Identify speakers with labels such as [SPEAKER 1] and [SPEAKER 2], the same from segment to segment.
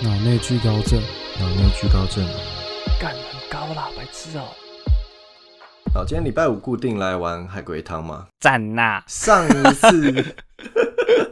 [SPEAKER 1] 脑内聚高症，
[SPEAKER 2] 脑内聚高症。
[SPEAKER 3] 干很高啦，白痴哦、
[SPEAKER 2] 好，今天礼拜五固定来玩海龟汤嘛。
[SPEAKER 3] 赞呐！
[SPEAKER 2] 上一次，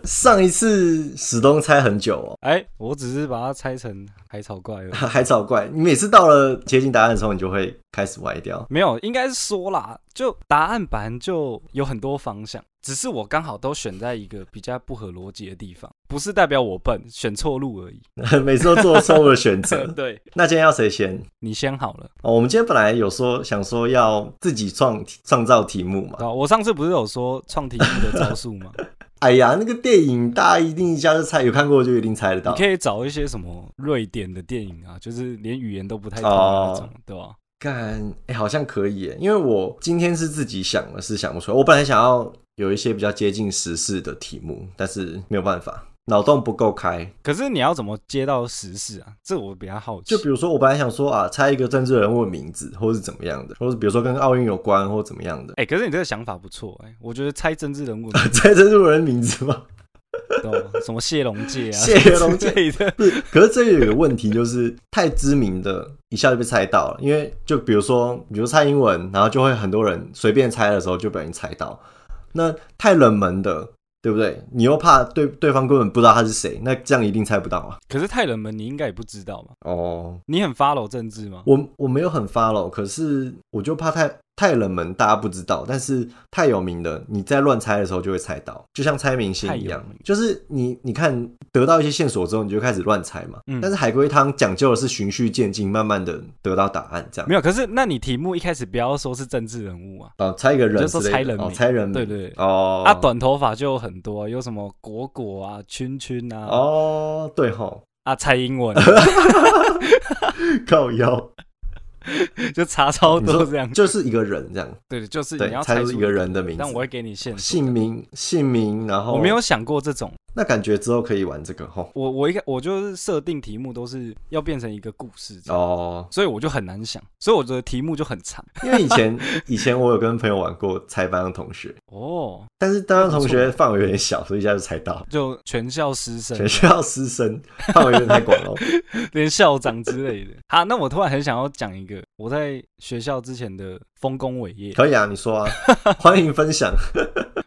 [SPEAKER 2] 上一次史东猜很久哦，
[SPEAKER 1] 哎、我只是把它拆成海草怪而已。
[SPEAKER 2] 海草怪。你每次到了接近答案的时候，你就会开始歪掉。
[SPEAKER 1] 没有，应该是说啦，就答案版就有很多方向，只是我刚好都选在一个比较不合逻辑的地方，不是代表我笨，选错路而已。
[SPEAKER 2] 每次都做错误的选 择。
[SPEAKER 1] 对，
[SPEAKER 2] 那今天要谁先？
[SPEAKER 1] 你先好了。
[SPEAKER 2] 哦，我们今天本来有说想说要自己创创造题目嘛。
[SPEAKER 1] 啊好，我上次不是有说创题目的招数吗？
[SPEAKER 2] 哎呀，那个电影大家一定一下就猜，有看过就一定猜得
[SPEAKER 1] 你
[SPEAKER 2] 到。
[SPEAKER 1] 可以找一些什么瑞典的电影啊，就是连语言都不太通的那
[SPEAKER 2] 哦
[SPEAKER 1] 种，对吧？
[SPEAKER 2] 干，哎、好像可以耶，因为我今天是自己想的，是想不出来。我本来想要有一些比较接近时事的题目，但是没有办法，脑洞不够开。
[SPEAKER 1] 可是你要怎么接到时事啊？这我比较好奇。
[SPEAKER 2] 就比如说，我本来想说啊，猜一个政治人物的名字，或是怎么样的，或是比如说跟奥运有关，或怎么样的。
[SPEAKER 1] 哎、可是你这个想法不错哎、我觉得猜政治人物你
[SPEAKER 2] 猜政治人物名字吗？
[SPEAKER 1] 懂吗什么谢龙介 啊，
[SPEAKER 2] 谢龙介
[SPEAKER 1] 之类的，
[SPEAKER 2] 不是， 可是这里有个问题，就是太知名的，一下就被猜到了。因为就比如说，比如蔡英文，然后就会很多人随便猜的时候就被人猜到。那太冷门的，对不对？你又怕对对方根本不知道他是谁，那这样一定猜不到啊。
[SPEAKER 1] 可是太冷门，你应该也不知道嘛。
[SPEAKER 2] 哦，
[SPEAKER 1] 你很 follow 政治吗？
[SPEAKER 2] 我我没有很 follow，可是我就怕太太冷门，大家不知道。但是太有名的，你在乱猜的时候就会猜到，就像猜明星一样
[SPEAKER 1] 太有名，
[SPEAKER 2] 就是你你看得到一些线索之后，你就开始乱猜嘛。
[SPEAKER 1] 嗯
[SPEAKER 2] 但是海龟汤讲究的是循序渐进，慢慢的得到答案，这样
[SPEAKER 1] 没有，可是那你题目一开始不要说是政治人物啊，
[SPEAKER 2] 哦，猜一个人
[SPEAKER 1] 你就说
[SPEAKER 2] 之类的
[SPEAKER 1] 猜人名
[SPEAKER 2] 哦，猜人名，
[SPEAKER 1] 对对对
[SPEAKER 2] 哦，
[SPEAKER 1] 啊，短头发就有很多，啊有什么果果啊、圈圈啊、
[SPEAKER 2] 哦，对吼，
[SPEAKER 1] 啊蔡英文，
[SPEAKER 2] 靠腰，
[SPEAKER 1] 就查超多这样。
[SPEAKER 2] 就是一个人这样，
[SPEAKER 1] 对，就是
[SPEAKER 2] 对
[SPEAKER 1] 你要
[SPEAKER 2] 猜
[SPEAKER 1] 猜
[SPEAKER 2] 出
[SPEAKER 1] 出
[SPEAKER 2] 一个人的名字哦
[SPEAKER 1] 但我会给你线索。
[SPEAKER 2] 姓名姓名，然后
[SPEAKER 1] 我没有，想过这种，
[SPEAKER 2] 那感觉之后可以玩这个吼，
[SPEAKER 1] 我我一个我就是设定题目都是要变成一个故事这样，
[SPEAKER 2] 哦，
[SPEAKER 1] 所以我就很难想，所以我的题目就很长
[SPEAKER 2] 因为以前 以前我有跟朋友玩过猜班上同学，
[SPEAKER 1] 哦，
[SPEAKER 2] 但是班上同
[SPEAKER 1] 不
[SPEAKER 2] 学范围有点小，所以一下就猜到，
[SPEAKER 1] 就全校师生
[SPEAKER 2] 全校师生 范围有点太广 了。
[SPEAKER 1] 连校长之类的。好，那我突然很想要讲一个我在学校之前的丰功伟业。
[SPEAKER 2] 可以啊，你说 啊，欢迎分享。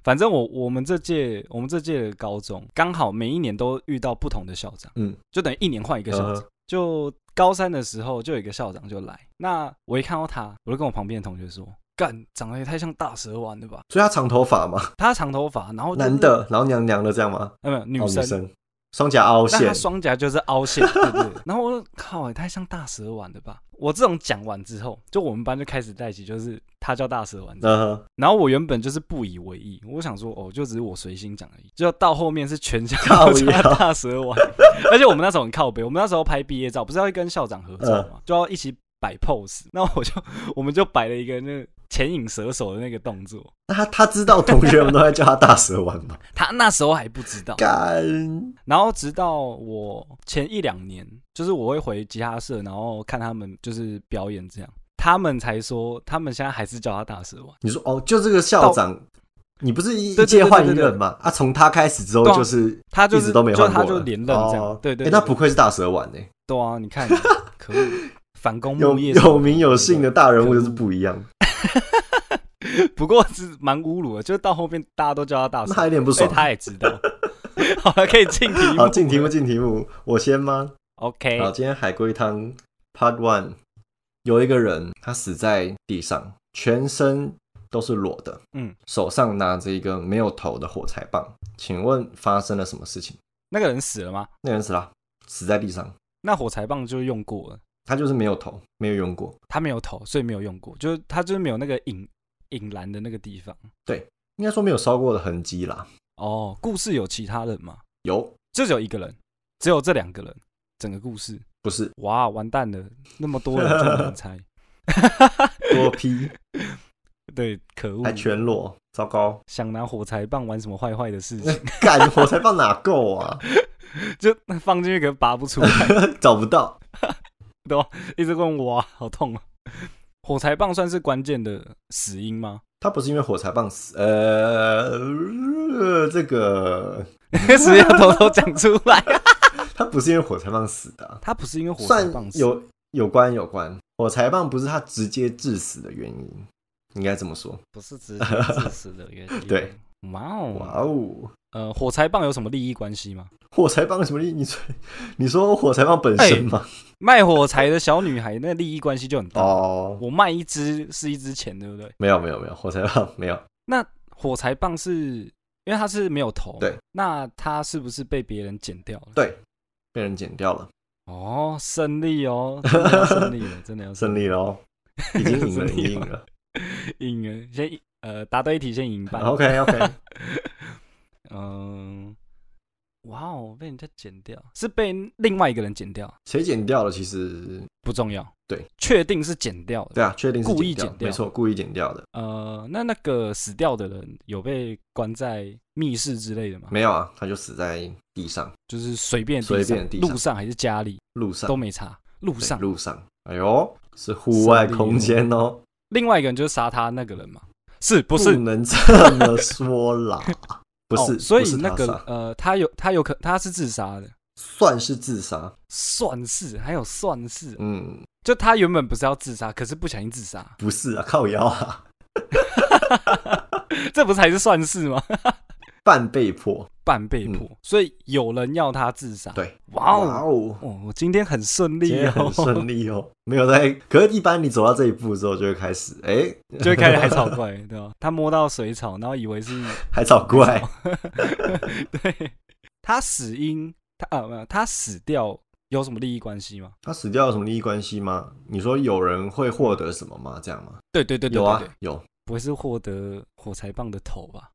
[SPEAKER 1] 反正我我们这届我们这届的高中刚好每一年都遇到不同的校长，
[SPEAKER 2] 嗯，
[SPEAKER 1] 就等于一年换一个校长。
[SPEAKER 2] 嗯
[SPEAKER 1] 就高三的时候，就有一个校长就来，那我一看到他，我就跟我旁边的同学说：“干，长得也太像大蛇丸了吧？
[SPEAKER 2] 所以他长头发嘛，
[SPEAKER 1] 他长头发，然后就是
[SPEAKER 2] 男的，然后娘娘的这样吗？
[SPEAKER 1] 呃，没有女
[SPEAKER 2] 哦，
[SPEAKER 1] 生。
[SPEAKER 2] 女生，双颊凹
[SPEAKER 1] 那他
[SPEAKER 2] 陷，
[SPEAKER 1] 双颊就是凹陷，对不对？ 然后我说靠，也太像大蛇丸了吧！我这种讲完之后，就我们班就开始在一起，就是他叫大蛇丸，
[SPEAKER 2] 嗯 哼，
[SPEAKER 1] 然后我原本就是不以为意，我想说哦，就只是我随心讲而已。就到后面是全校
[SPEAKER 2] 靠
[SPEAKER 1] 都
[SPEAKER 2] 腰
[SPEAKER 1] 插大蛇丸，而且我们那时候很靠北，我们那时候拍毕业照，不是要跟校长合照
[SPEAKER 2] 嗯
[SPEAKER 1] 嘛，就要一起摆 pose。那我就我们就摆了一个那个潜影蛇手的那个动作，
[SPEAKER 2] 那他他知道同学们都在叫他大蛇丸 吗？
[SPEAKER 1] 他那时候还不知道。
[SPEAKER 2] 干，
[SPEAKER 1] 然后直到我前一两年，就是我会回吉他社，然后看他们就是表演这样，他们才说他们现在还是叫他大蛇丸。
[SPEAKER 2] 你说哦，就这个校长，你不是一一
[SPEAKER 1] 对对对
[SPEAKER 2] 届换一
[SPEAKER 1] 对对对
[SPEAKER 2] 任吗？啊，从他开始之后
[SPEAKER 1] 对啊
[SPEAKER 2] 就是
[SPEAKER 1] 他就
[SPEAKER 2] 一
[SPEAKER 1] 是
[SPEAKER 2] 直都没
[SPEAKER 1] 就
[SPEAKER 2] 换过
[SPEAKER 1] 他
[SPEAKER 2] 了，
[SPEAKER 1] 就连任这样，
[SPEAKER 2] 哦
[SPEAKER 1] 对对
[SPEAKER 2] 欸
[SPEAKER 1] 对
[SPEAKER 2] 那不愧是大蛇丸呢、
[SPEAKER 1] 对啊，你看， 可恶，反攻
[SPEAKER 2] 有
[SPEAKER 1] 木叶
[SPEAKER 2] 有名有姓的。大人物就是不一样，
[SPEAKER 1] 不过是蛮侮辱的，就是到后面大家都叫他大
[SPEAKER 2] 那他有
[SPEAKER 1] 神，
[SPEAKER 2] 点不
[SPEAKER 1] 啊所以
[SPEAKER 2] 爽。
[SPEAKER 1] 他也知道。 好了，可以进题目。
[SPEAKER 2] 好，哦进题目，进题目，我先吗？
[SPEAKER 1] OK，
[SPEAKER 2] 好，今天海龟汤 Part One 有一个人，他死在地上，全身都是裸的，
[SPEAKER 1] 嗯，
[SPEAKER 2] 手上拿着一个没有头的火柴棒。请问发生了什么事情？
[SPEAKER 1] 那个人死了吗？
[SPEAKER 2] 那个人死了，死在地上，
[SPEAKER 1] 那火柴棒就用过了，
[SPEAKER 2] 他就是没有头，没有用过。
[SPEAKER 1] 他没有头，所以没有用过，就是他就是没有那个引引燃的那个地方。
[SPEAKER 2] 应该说没有烧过的痕迹啦。
[SPEAKER 1] 哦，故事有其他人吗？
[SPEAKER 2] 有，
[SPEAKER 1] 就只有一个人，只有这两个人，整个故事。
[SPEAKER 2] 不 是
[SPEAKER 1] 哇，完蛋了，那么 多人这么难猜。
[SPEAKER 2] 多批，
[SPEAKER 1] 对，可恶
[SPEAKER 2] 还，全裸，糟糕！
[SPEAKER 1] 想拿火柴棒玩什么坏坏的事情。
[SPEAKER 2] 干，火柴棒哪够啊？
[SPEAKER 1] 就 放进去可能拔不出来，
[SPEAKER 2] 找不到。
[SPEAKER 1] 一直问我、啊，好痛啊！火柴棒算是关键的死因吗？
[SPEAKER 2] 他不是因为火柴棒死，呃，这个
[SPEAKER 1] 死要偷偷讲出来，
[SPEAKER 2] 他不是因为火柴棒死的啊、
[SPEAKER 1] 他不是因为火柴
[SPEAKER 2] 算
[SPEAKER 1] 棒死，
[SPEAKER 2] 有有关有关，火柴棒不是他直接致死的原因，应该这么说。
[SPEAKER 1] 不是直接致死的原因。
[SPEAKER 2] 对，
[SPEAKER 1] 哇哦，
[SPEAKER 2] 哇哦，
[SPEAKER 1] 呃，火柴棒有什么利益关系吗？
[SPEAKER 2] 火柴棒有什么利益？你说 你说火柴棒本身吗？
[SPEAKER 1] 哎卖火柴的小女孩那利益关系就很大。
[SPEAKER 2] 哦，
[SPEAKER 1] 我卖一支是一支钱，对不对？
[SPEAKER 2] 没有没有没有，火柴棒没有。
[SPEAKER 1] 火柴棒是因为它是没有头，
[SPEAKER 2] 对，
[SPEAKER 1] 那它是不是被别人剪掉了？
[SPEAKER 2] 对，被人剪掉了，
[SPEAKER 1] 哦，胜利哦，真的要胜利了，真的要
[SPEAKER 2] 胜
[SPEAKER 1] 利，
[SPEAKER 2] 利 喽，已经赢
[SPEAKER 1] 胜
[SPEAKER 2] 了，已
[SPEAKER 1] 利
[SPEAKER 2] 经赢
[SPEAKER 1] 了
[SPEAKER 2] 了。
[SPEAKER 1] 赢了，先赢呃答对一题先赢半。
[SPEAKER 2] OK OK，
[SPEAKER 1] 嗯，哇哦，被人家剪掉，是被另外一个人剪掉，
[SPEAKER 2] 谁剪掉了？其实
[SPEAKER 1] 不重要。
[SPEAKER 2] 对，
[SPEAKER 1] 确定是剪掉的。
[SPEAKER 2] 对啊，确定是
[SPEAKER 1] 故意
[SPEAKER 2] 掉
[SPEAKER 1] 剪掉
[SPEAKER 2] 没错，故意剪掉的。
[SPEAKER 1] 呃，那那个死掉的人有被关在密室之类的吗？
[SPEAKER 2] 没有啊，他就死在地上，
[SPEAKER 1] 就是随便地
[SPEAKER 2] 随
[SPEAKER 1] 上
[SPEAKER 2] 便地上
[SPEAKER 1] 路上还是家里
[SPEAKER 2] 路上
[SPEAKER 1] 都没差，路
[SPEAKER 2] 对
[SPEAKER 1] 上。
[SPEAKER 2] 路上。哎呦，是户外空间哦，
[SPEAKER 1] 另外一个人就是杀他那个人嘛，是不是？
[SPEAKER 2] 能这么说 啦，不是，
[SPEAKER 1] 哦所
[SPEAKER 2] 不
[SPEAKER 1] 以
[SPEAKER 2] 是
[SPEAKER 1] 那
[SPEAKER 2] 他
[SPEAKER 1] 个
[SPEAKER 2] 杀
[SPEAKER 1] 呃，他有他有可他是自杀的，
[SPEAKER 2] 算是自杀，
[SPEAKER 1] 算是还有算是，
[SPEAKER 2] 嗯，
[SPEAKER 1] 就他原本不是要自杀，可是不小心自杀，
[SPEAKER 2] 不是啊，靠腰啊，
[SPEAKER 1] 这不是还是算是吗？
[SPEAKER 2] 半被迫，
[SPEAKER 1] 半
[SPEAKER 2] 嗯
[SPEAKER 1] 被迫，所以有人要他自杀。
[SPEAKER 2] 对，
[SPEAKER 1] 哇哦，
[SPEAKER 2] 哦，
[SPEAKER 1] 哦，我今天很顺
[SPEAKER 2] 今
[SPEAKER 1] 利
[SPEAKER 2] 天
[SPEAKER 1] 哦
[SPEAKER 2] 很，顺利哦，没有在，可是一般你走到这一步之后就会开始，哎、
[SPEAKER 1] 就会开始海草怪， 对吧？他摸到水草，然后以为是
[SPEAKER 2] 还找怪，
[SPEAKER 1] 对他死因，他啊没有他死掉有什么利益关系吗？
[SPEAKER 2] 他死掉有什么利益关系吗？你说有人会获得什么吗？这样吗？
[SPEAKER 1] 对对对对
[SPEAKER 2] 有
[SPEAKER 1] 对
[SPEAKER 2] 啊
[SPEAKER 1] 对，，
[SPEAKER 2] 有，
[SPEAKER 1] 不会是获得火柴棒的头吧？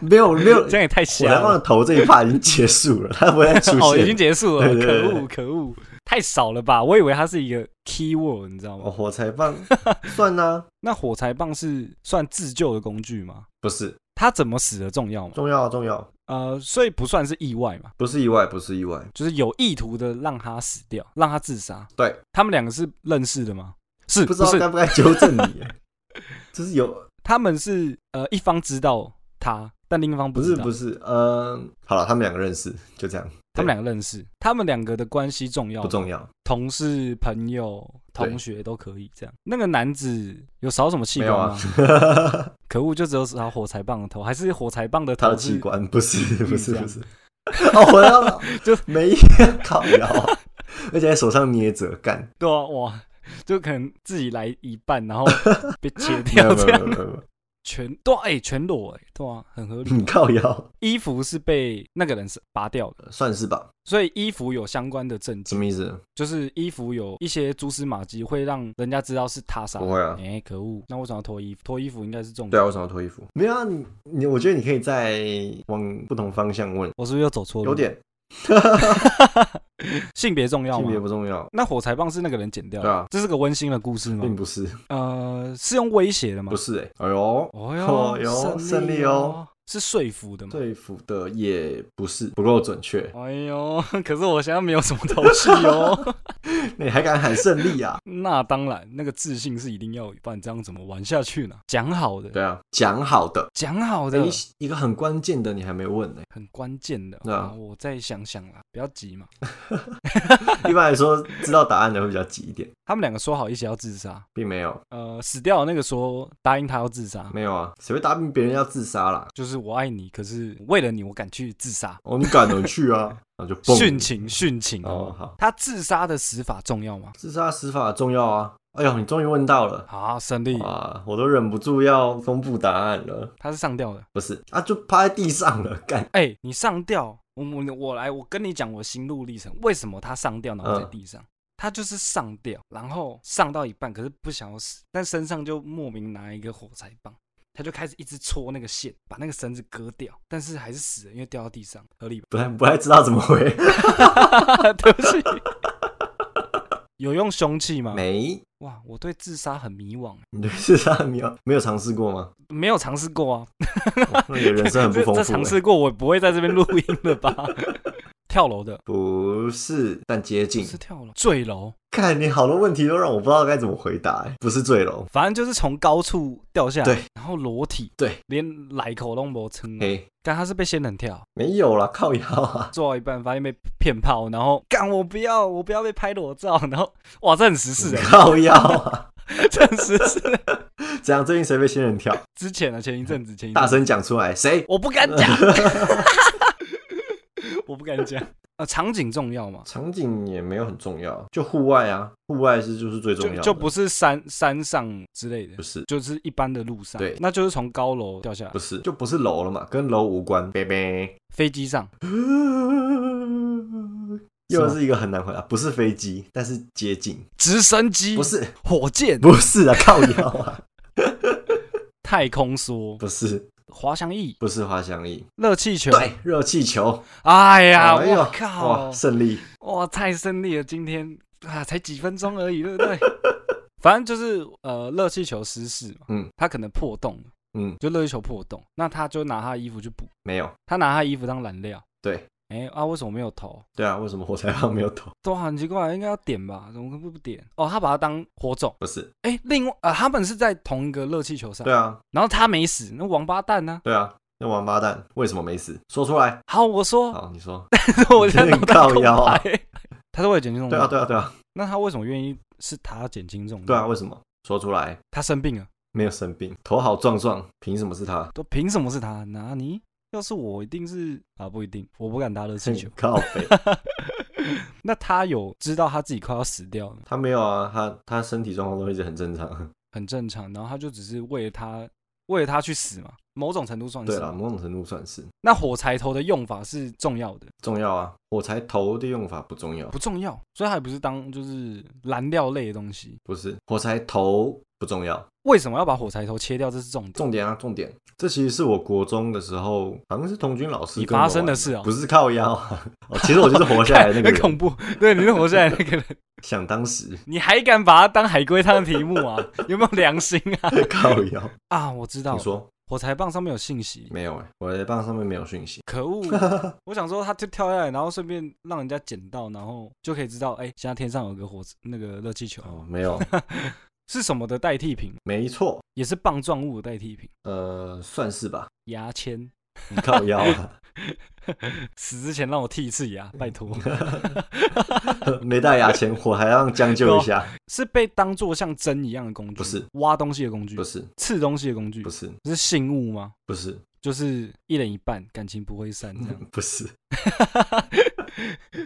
[SPEAKER 2] 没有没有，
[SPEAKER 1] 这样也太
[SPEAKER 2] 我
[SPEAKER 1] 瞎
[SPEAKER 2] 才忘了
[SPEAKER 1] 了。
[SPEAKER 2] 头这一趴已经结束了，他不会再出现，
[SPEAKER 1] 哦，已经结束了，
[SPEAKER 2] 对对对
[SPEAKER 1] 可恶可恶，太少了吧？我以为它是一个 key word，你知道吗？
[SPEAKER 2] 哦，火柴棒算啊啦、
[SPEAKER 1] 那火柴棒是算自救的工具吗？
[SPEAKER 2] 不是
[SPEAKER 1] 他怎么死的重要吗？
[SPEAKER 2] 重要啊重要，
[SPEAKER 1] 呃，所以不算是意外嘛，
[SPEAKER 2] 不是意外，不是意外，
[SPEAKER 1] 就是有意图的让他死掉，让他自杀。
[SPEAKER 2] 对，
[SPEAKER 1] 他们两个是认识的吗？是
[SPEAKER 2] 不
[SPEAKER 1] 不
[SPEAKER 2] 知道
[SPEAKER 1] 是
[SPEAKER 2] 该不该纠正你， 就是有
[SPEAKER 1] 他们是呃一方知道他，但另一方
[SPEAKER 2] 不
[SPEAKER 1] 知
[SPEAKER 2] 是
[SPEAKER 1] 道。
[SPEAKER 2] 不是，呃，好了，他们两个认识，就这样，
[SPEAKER 1] 他们两个认识，他们两个的关系重要
[SPEAKER 2] 不
[SPEAKER 1] 吗？
[SPEAKER 2] 重要，
[SPEAKER 1] 同事、朋友、
[SPEAKER 2] 对
[SPEAKER 1] 同学都可以这样。那个男子有少什么器
[SPEAKER 2] 没
[SPEAKER 1] 官
[SPEAKER 2] 有
[SPEAKER 1] 吗？
[SPEAKER 2] 啊，
[SPEAKER 1] 可恶，就只有少火柴棒的头，还是火柴棒的头
[SPEAKER 2] 他的
[SPEAKER 1] 是
[SPEAKER 2] 器，官不 是不是
[SPEAKER 1] 这样
[SPEAKER 2] 不是，哦，我要
[SPEAKER 1] 就
[SPEAKER 2] 没靠腰 啊，而且还手上捏着 干，
[SPEAKER 1] 对啊，哇，就可能自己来一半，然后被切
[SPEAKER 2] 没有
[SPEAKER 1] 掉
[SPEAKER 2] 没
[SPEAKER 1] 这
[SPEAKER 2] 有没有
[SPEAKER 1] 样
[SPEAKER 2] 没
[SPEAKER 1] 的，
[SPEAKER 2] 有没有，
[SPEAKER 1] 全对啊，哎、全裸哎、对啊，很合理。
[SPEAKER 2] 你 靠腰呃
[SPEAKER 1] 衣服是被那个人是拔掉的，
[SPEAKER 2] 算是吧，
[SPEAKER 1] 所以衣服有相关的证据，
[SPEAKER 2] 什么意思？
[SPEAKER 1] 就是衣服 有一些蛛丝马迹，会让人家知道是他杀的。
[SPEAKER 2] 不会啊
[SPEAKER 1] 哎、可恶，那为什么要脱衣服？脱衣服应该是重点。
[SPEAKER 2] 对啊，为什么要脱衣服？没有啊，你你，我觉得你可以再往不同方向问，
[SPEAKER 1] 我是不是又走错路？
[SPEAKER 2] 有点
[SPEAKER 1] 性别重要
[SPEAKER 2] 性别
[SPEAKER 1] 吗？
[SPEAKER 2] 不重要，
[SPEAKER 1] 那火柴棒是那个人剪掉的，
[SPEAKER 2] 对啊
[SPEAKER 1] 这是个温馨的故事吗
[SPEAKER 2] 并？不是，
[SPEAKER 1] 呃，是用威胁的吗
[SPEAKER 2] 不？是哎、哎呦，
[SPEAKER 1] 哦
[SPEAKER 2] 哦
[SPEAKER 1] 哟，
[SPEAKER 2] 哟胜利
[SPEAKER 1] 哦
[SPEAKER 2] 哦，
[SPEAKER 1] 是说服的吗？
[SPEAKER 2] 对付的也不是不够准确，
[SPEAKER 1] 哎呦，可是我现在没有什么头绪哦。
[SPEAKER 2] 你还敢喊胜利啊？
[SPEAKER 1] 那当然，那个自信是一定要有，不然这样怎么玩下去呢？讲好的，
[SPEAKER 2] 对啊，讲好的，
[SPEAKER 1] 讲好
[SPEAKER 2] 哎
[SPEAKER 1] 的，
[SPEAKER 2] 一个很关键的你还没问呢、
[SPEAKER 1] 很关键的。哦
[SPEAKER 2] 对啊
[SPEAKER 1] 我再想想啦，不要急嘛。
[SPEAKER 2] 一般来说，知道答案的会比较急一点，
[SPEAKER 1] 他们两个说好一起要自杀，
[SPEAKER 2] 并没有，
[SPEAKER 1] 呃，死掉的那个说答应他要自杀，
[SPEAKER 2] 没有啊，谁会答应别人要自杀啦？
[SPEAKER 1] 就是我爱你，可是为了你我敢去自杀。
[SPEAKER 2] 哦，你敢能去啊？然后就蹦
[SPEAKER 1] 殉情，殉情
[SPEAKER 2] 哦好
[SPEAKER 1] 他自杀的死法重要吗？
[SPEAKER 2] 自杀死法重要啊！哎呦，你终于问到了
[SPEAKER 1] 好，胜利，
[SPEAKER 2] 啊！我都忍不住要公布答案了，
[SPEAKER 1] 哦他是上吊的。
[SPEAKER 2] 不是啊？就趴在地上了，干
[SPEAKER 1] 哎、你上吊，我我我来，我跟你讲我心路历程，为什么他上吊然后在
[SPEAKER 2] 嗯
[SPEAKER 1] 地上？他就是上吊，然后上到一半，可是不想要死，但身上就莫名拿一个火柴棒，他就开始一直戳那个线，把那个绳子割掉，但是还是死了，因为掉到地上，合理吧？
[SPEAKER 2] 不太不太知道怎么回，
[SPEAKER 1] 对 不起。有用凶器吗？
[SPEAKER 2] 没，
[SPEAKER 1] 哇，我对自杀很迷惘，
[SPEAKER 2] 你对自杀没有没有尝试过吗？
[SPEAKER 1] 没有尝试过啊。
[SPEAKER 2] 哦那你的人生很不
[SPEAKER 1] 这
[SPEAKER 2] 丰
[SPEAKER 1] 这
[SPEAKER 2] 富、欸
[SPEAKER 1] 尝。试过，我不会在这边录音了吧？跳楼的，
[SPEAKER 2] 不是，但接近。
[SPEAKER 1] 是跳楼，坠楼，
[SPEAKER 2] 看你好多问题都让我不知道该怎么回答、欸不是坠楼，
[SPEAKER 1] 反正就是从高处掉下来，
[SPEAKER 2] 对，
[SPEAKER 1] 然后裸体，
[SPEAKER 2] 对，
[SPEAKER 1] 连来口都没撑啊。
[SPEAKER 2] 嘿、
[SPEAKER 1] 但他是被仙人跳，
[SPEAKER 2] 没有啦，靠腰啊，
[SPEAKER 1] 做到一半发现被骗炮，然后干我不要，我不要被拍裸照，然后哇，这很时事 哎，
[SPEAKER 2] 靠腰啊，
[SPEAKER 1] 这很时事。
[SPEAKER 2] 这样最近谁被仙人跳？
[SPEAKER 1] 之前的前一阵子，前一阵
[SPEAKER 2] 大
[SPEAKER 1] 子
[SPEAKER 2] 声讲出来，谁？
[SPEAKER 1] 我不敢 讲，我不敢讲。呃，场景重要嘛，
[SPEAKER 2] 场景也没有很重要，就户外啊，户外是就是最重要
[SPEAKER 1] 就
[SPEAKER 2] 的，
[SPEAKER 1] 就不是山山上之类的
[SPEAKER 2] 不，是
[SPEAKER 1] 就是一般的路上。
[SPEAKER 2] 对
[SPEAKER 1] 那就是从高楼掉下来
[SPEAKER 2] 不，是就不是楼了嘛，跟楼无关，拜拜。
[SPEAKER 1] 飞机上
[SPEAKER 2] 又是一个很难回答，不是飞机，但是接近，
[SPEAKER 1] 直升机
[SPEAKER 2] 不、是
[SPEAKER 1] 火箭、
[SPEAKER 2] 不是啊，靠腰啊，
[SPEAKER 1] 太空梭、
[SPEAKER 2] 不是
[SPEAKER 1] 滑翔翼、
[SPEAKER 2] 不是滑翔翼，
[SPEAKER 1] 热气球。
[SPEAKER 2] 对，热气球，
[SPEAKER 1] 哎呀，
[SPEAKER 2] 哎呦
[SPEAKER 1] 我靠
[SPEAKER 2] 哇，！胜利，
[SPEAKER 1] 哇，太胜利了！今天啊，才几分钟而已，对不对？ 反正就是呃，热气球失事嘛，
[SPEAKER 2] 嗯，
[SPEAKER 1] 他可能破洞了，
[SPEAKER 2] 嗯，
[SPEAKER 1] 就热气球破洞，那他就拿他的衣服去补，
[SPEAKER 2] 没有，
[SPEAKER 1] 他拿他的衣服当燃料。
[SPEAKER 2] 对，
[SPEAKER 1] 哎啊，为什么没有投？
[SPEAKER 2] 对啊，为什么火柴棒没有头？
[SPEAKER 1] 都很奇怪，应该要点吧？怎么可不不点？哦，他把它当火种。
[SPEAKER 2] 不是，
[SPEAKER 1] 哎，另外呃，他们是在同一个热气球上
[SPEAKER 2] 对，啊，
[SPEAKER 1] 然后他没死，那王八蛋呢？
[SPEAKER 2] 对啊，那王八蛋为什么没死？说出来。
[SPEAKER 1] 好，我说，
[SPEAKER 2] 好，你说。
[SPEAKER 1] 我现在脑袋空
[SPEAKER 2] 靠腰啊
[SPEAKER 1] 白。他是为了减轻重
[SPEAKER 2] 对啊，
[SPEAKER 1] 量，
[SPEAKER 2] 对啊，对啊，
[SPEAKER 1] 那他为什么愿意是他减轻重量？
[SPEAKER 2] 对啊，，为什么？说出来。
[SPEAKER 1] 他生病了。
[SPEAKER 2] 没有生病，头好壮壮，凭什么是他？。
[SPEAKER 1] 都凭什么是他？哪里？要是我一定是啊，不一定，我不敢打热气球
[SPEAKER 2] 靠北，
[SPEAKER 1] 那他有知道他自己快要死掉了，
[SPEAKER 2] 他没有啊，他他身体状况都一直很正常。
[SPEAKER 1] 很正常。然后他就只是为了他，为了他去死嘛，某种程度算
[SPEAKER 2] 对
[SPEAKER 1] 是
[SPEAKER 2] 啦，。某种程度算是
[SPEAKER 1] 那火柴头的用法是重要的，
[SPEAKER 2] 重要啊。火柴头的用法不重要
[SPEAKER 1] 不，重要，所以它也不是当就是燃料类的东西。
[SPEAKER 2] 不是火柴头不重要，
[SPEAKER 1] 为什么要把火柴头切掉？这是重点。
[SPEAKER 2] 重点啊，重点。这其实是我国中的时候，好像是童军老师
[SPEAKER 1] 你
[SPEAKER 2] 跟我
[SPEAKER 1] 发生的
[SPEAKER 2] 玩
[SPEAKER 1] 事哦
[SPEAKER 2] 不是靠腰啊。哦，其实我就是活下来的那个
[SPEAKER 1] 很恐
[SPEAKER 2] 人。
[SPEAKER 1] 怖，对，你是活下来那 个人，
[SPEAKER 2] 想当时
[SPEAKER 1] 你还敢把它当海龟汤的题目啊？有没有良心啊？
[SPEAKER 2] 靠腰，
[SPEAKER 1] 啊，我知道
[SPEAKER 2] 你，说
[SPEAKER 1] 火柴棒上面有信息，
[SPEAKER 2] 没有哎、我的棒上面没有讯息。
[SPEAKER 1] 可恶！我想说，他就跳下来，然后顺便让人家捡到，然后就可以知道，哎、现在天上有个火那个热气球、
[SPEAKER 2] 哦，没有，
[SPEAKER 1] 是什么的代替品，
[SPEAKER 2] 没错，
[SPEAKER 1] 也是棒状物的代替品，
[SPEAKER 2] 呃，算是吧。
[SPEAKER 1] 牙签。
[SPEAKER 2] 你靠腰啊，
[SPEAKER 1] 死之前让我剃一次牙，拜托。
[SPEAKER 2] 没带牙签，我还让将就一下。
[SPEAKER 1] 是被当做像针一样的工具，
[SPEAKER 2] 不是
[SPEAKER 1] 挖东西的工具，
[SPEAKER 2] 不是，
[SPEAKER 1] 刺东西的工具，
[SPEAKER 2] 不是，
[SPEAKER 1] 是信物吗？
[SPEAKER 2] 不是，
[SPEAKER 1] 就是一人一半，感情不会散这样。
[SPEAKER 2] 不是。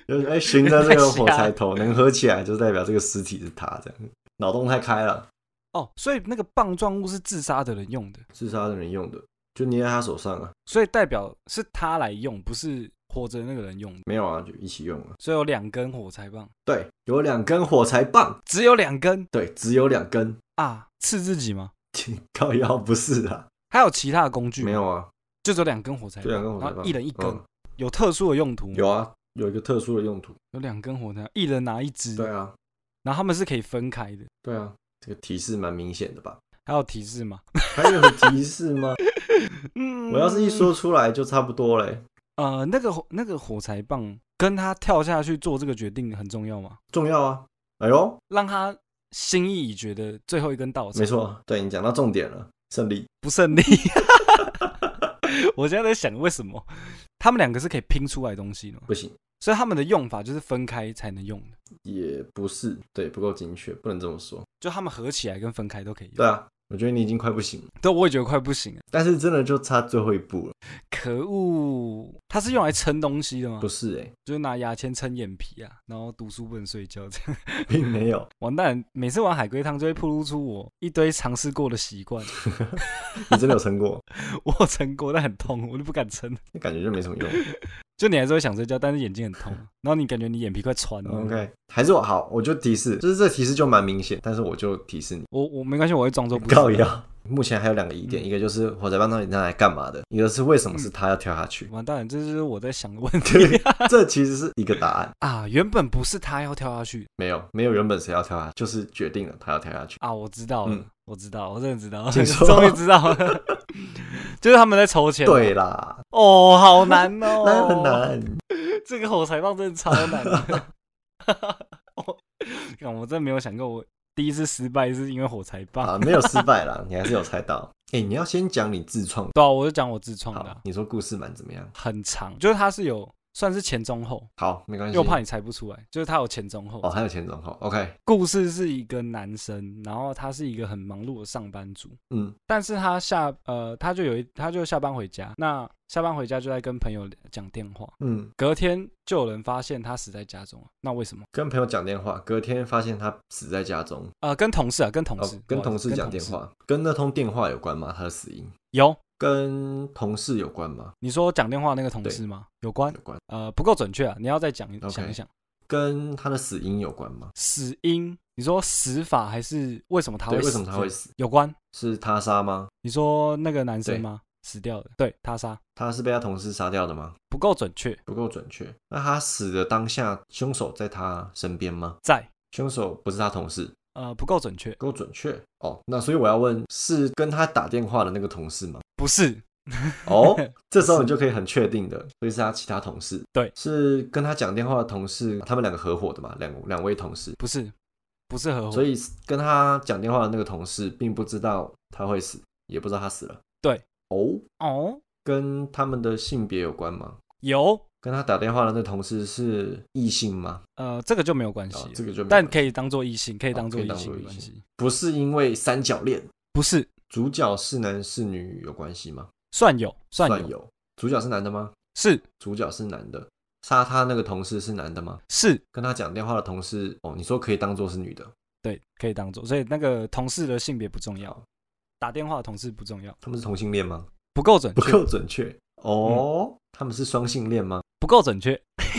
[SPEAKER 2] 就是哎，循着这个火
[SPEAKER 1] 太瞎
[SPEAKER 2] 柴
[SPEAKER 1] 了
[SPEAKER 2] 头能合起来，就代表这个尸体是他这样。脑洞太开了，
[SPEAKER 1] 哦，所以那个棒状物是自杀的人用的，
[SPEAKER 2] 自杀的人用的，就捏在他手上啊，
[SPEAKER 1] 所以代表是他来用，不是活着的那个人用的。
[SPEAKER 2] 没有啊，就一起用啊。
[SPEAKER 1] 所以有两根火柴棒，
[SPEAKER 2] 对，有两根火柴棒，
[SPEAKER 1] 只有两根
[SPEAKER 2] 对，只有两根。
[SPEAKER 1] 啊，刺自己吗？
[SPEAKER 2] 靠腰不是啊，
[SPEAKER 1] 还有其他的工具吗
[SPEAKER 2] 没有啊，
[SPEAKER 1] 就只有两根火柴棒，
[SPEAKER 2] 就两根火柴
[SPEAKER 1] 然
[SPEAKER 2] 棒，
[SPEAKER 1] 后一人一根，
[SPEAKER 2] 嗯
[SPEAKER 1] 有特殊的用途吗。
[SPEAKER 2] 有啊，有一个特殊的用途。
[SPEAKER 1] 有两根火柴棒，一人拿一支，
[SPEAKER 2] 对啊，
[SPEAKER 1] 然后他们是可以分开的。
[SPEAKER 2] 对啊，这个提示蛮明显的吧？
[SPEAKER 1] 还有提示吗？
[SPEAKER 2] 还有提示吗？
[SPEAKER 1] 嗯
[SPEAKER 2] 我要是一说出来就差不多嘞。
[SPEAKER 1] 呃，那个火那个火柴棒跟他跳下去做这个决定很重要吗？
[SPEAKER 2] 重要啊！哎呦，
[SPEAKER 1] 让他心意已决的最后一根稻草，
[SPEAKER 2] 没，错，对你讲到重点了，胜利。
[SPEAKER 1] 不 胜利。我现在在想，为什么他们两个是可以拼出来东西的吗？
[SPEAKER 2] 不行，
[SPEAKER 1] 所以他们的用法就是分开才能用的，
[SPEAKER 2] 也不是，对，不够精确，不能这么说。
[SPEAKER 1] 就他们合起来跟分开都可以用。
[SPEAKER 2] 对啊，我觉得你已经快不行了，
[SPEAKER 1] 对，我也觉得快不行了，
[SPEAKER 2] 但是真的就差最后一步了。
[SPEAKER 1] 可恶！它是用来撑东西的吗
[SPEAKER 2] 不？是哎、
[SPEAKER 1] 就是拿牙签撑眼皮啊，然后读书不能睡觉这样。
[SPEAKER 2] 并没有，
[SPEAKER 1] 完蛋，每次玩海龟汤就会暴露出我一堆尝试过的习惯。
[SPEAKER 2] 你真的有撑过，
[SPEAKER 1] 我有撑过， 但很痛，我就不敢撑。
[SPEAKER 2] 那感觉就没什么用。
[SPEAKER 1] 就你还是会想睡觉，但是眼睛很痛，然后你感觉你眼皮快穿了。
[SPEAKER 2] OK，还是我好，我就提示，就是这提示就蛮明显，但是我就提示你。
[SPEAKER 1] 我我没关系，我会装作不知道
[SPEAKER 2] 告。 要。目前还有两个疑点，
[SPEAKER 1] 嗯
[SPEAKER 2] 一个就是火柴棒到底拿来干嘛的，一个是为什么是他要跳下 去。
[SPEAKER 1] 完蛋，这就是我在想的问题
[SPEAKER 2] 对这其实是一个答案，
[SPEAKER 1] 啊！原本不是他要跳下去
[SPEAKER 2] 没有没有原本谁要跳下去，就是决定了他要跳下去。
[SPEAKER 1] 啊，我知道了，
[SPEAKER 2] 嗯
[SPEAKER 1] 我知道，我真的知道，
[SPEAKER 2] 请说
[SPEAKER 1] 终于知道了， 就是他们在筹钱。
[SPEAKER 2] 对啦，
[SPEAKER 1] 啊 哦，好难哦，
[SPEAKER 2] 那很。难。
[SPEAKER 1] 这个火柴棒真的超难的。 我干我真没有想过，我第一次失败是因为火柴棒。
[SPEAKER 2] 啊，没有失败 啦，你还是有猜到。哎、你要先讲你自创的
[SPEAKER 1] 对啊，我就讲我自创的
[SPEAKER 2] 好
[SPEAKER 1] 啊，，
[SPEAKER 2] 你说故事蛮怎么样？
[SPEAKER 1] 很长，就是它是有算是前中后，
[SPEAKER 2] 好，没关
[SPEAKER 1] 因
[SPEAKER 2] 系。
[SPEAKER 1] 为我怕你猜不出来，就是它有前中后。
[SPEAKER 2] 哦，还有前中后。OK，
[SPEAKER 1] 故事是一个男生，然后他是一个很忙碌的上班族，
[SPEAKER 2] 嗯，
[SPEAKER 1] 但是他下呃，他就有一他就下班回家，那下班回家就在跟朋友讲电话，
[SPEAKER 2] 嗯，
[SPEAKER 1] 隔天就有人发现他死在家中了，那为什么？
[SPEAKER 2] 跟朋友讲电话，隔天发现他死在家中。
[SPEAKER 1] 呃，跟同事啊，跟同
[SPEAKER 2] 哦
[SPEAKER 1] 事，，
[SPEAKER 2] 跟
[SPEAKER 1] 不好
[SPEAKER 2] 同
[SPEAKER 1] 意思
[SPEAKER 2] 事讲电，
[SPEAKER 1] 跟同
[SPEAKER 2] 话，跟那通电话有关吗？他的死因
[SPEAKER 1] 有
[SPEAKER 2] 跟同事有关吗？
[SPEAKER 1] 你说讲电话那个同事吗？有关
[SPEAKER 2] 有关。
[SPEAKER 1] 呃不够准确啊，你要再讲一
[SPEAKER 2] OK
[SPEAKER 1] 想一想
[SPEAKER 2] 跟他的死因有关吗？
[SPEAKER 1] 死因，你说死法还是为什么他
[SPEAKER 2] 对，
[SPEAKER 1] 会
[SPEAKER 2] 为
[SPEAKER 1] 死？
[SPEAKER 2] 什么他会
[SPEAKER 1] 对
[SPEAKER 2] 死？
[SPEAKER 1] 有关？
[SPEAKER 2] 是他杀吗？
[SPEAKER 1] 你说那个男生
[SPEAKER 2] 对
[SPEAKER 1] 吗？死掉的，对他杀
[SPEAKER 2] 他是被他同事杀掉的吗？
[SPEAKER 1] 不够准确，
[SPEAKER 2] 不够准确。那他死的当下，凶手在他身边吗？
[SPEAKER 1] 在
[SPEAKER 2] 凶手不是他同事，
[SPEAKER 1] 呃不够准确，
[SPEAKER 2] 不够准确哦。那所以我要问，是跟他打电话的那个同事吗？
[SPEAKER 1] 不是，
[SPEAKER 2] 哦 这时候你就可以很确定的，所以是他其他同事。
[SPEAKER 1] 对
[SPEAKER 2] 是跟他讲电话的同事，他们两个合伙的嘛，两两位同事。
[SPEAKER 1] 不是不是合伙，
[SPEAKER 2] 所以跟他讲电话的那个同事并不知道他会死，也不知道他死了。
[SPEAKER 1] 对，
[SPEAKER 2] 哦，
[SPEAKER 1] 哦
[SPEAKER 2] 跟他们的性别有关吗？
[SPEAKER 1] 有
[SPEAKER 2] 跟他打电话的那同事是异性吗？
[SPEAKER 1] 呃这个就没有关系
[SPEAKER 2] 啊
[SPEAKER 1] 了，，
[SPEAKER 2] 这个就没
[SPEAKER 1] 但
[SPEAKER 2] 关系
[SPEAKER 1] 可以当做异性，可以
[SPEAKER 2] 哦
[SPEAKER 1] 当做
[SPEAKER 2] 可以
[SPEAKER 1] 异
[SPEAKER 2] 当
[SPEAKER 1] 性
[SPEAKER 2] 作
[SPEAKER 1] 没
[SPEAKER 2] 异
[SPEAKER 1] 关
[SPEAKER 2] 性
[SPEAKER 1] 系，
[SPEAKER 2] 不是因为三角恋，
[SPEAKER 1] 不是
[SPEAKER 2] 主角是男是女有关系吗？
[SPEAKER 1] 算有算有
[SPEAKER 2] 有。主角是男的吗？
[SPEAKER 1] 是
[SPEAKER 2] 主角是男的，杀他那个同事是男的吗？
[SPEAKER 1] 是
[SPEAKER 2] 跟他讲电话的同事，哦，你说可以当做是女的，
[SPEAKER 1] 对可以当做，所以那个同事的性别不重要
[SPEAKER 2] 好，
[SPEAKER 1] 打电话的同事不重要，
[SPEAKER 2] 他们是同性恋吗？
[SPEAKER 1] 不够准
[SPEAKER 2] 不
[SPEAKER 1] 确，
[SPEAKER 2] 够准确哦，他们是双性恋吗？
[SPEAKER 1] 不够准确，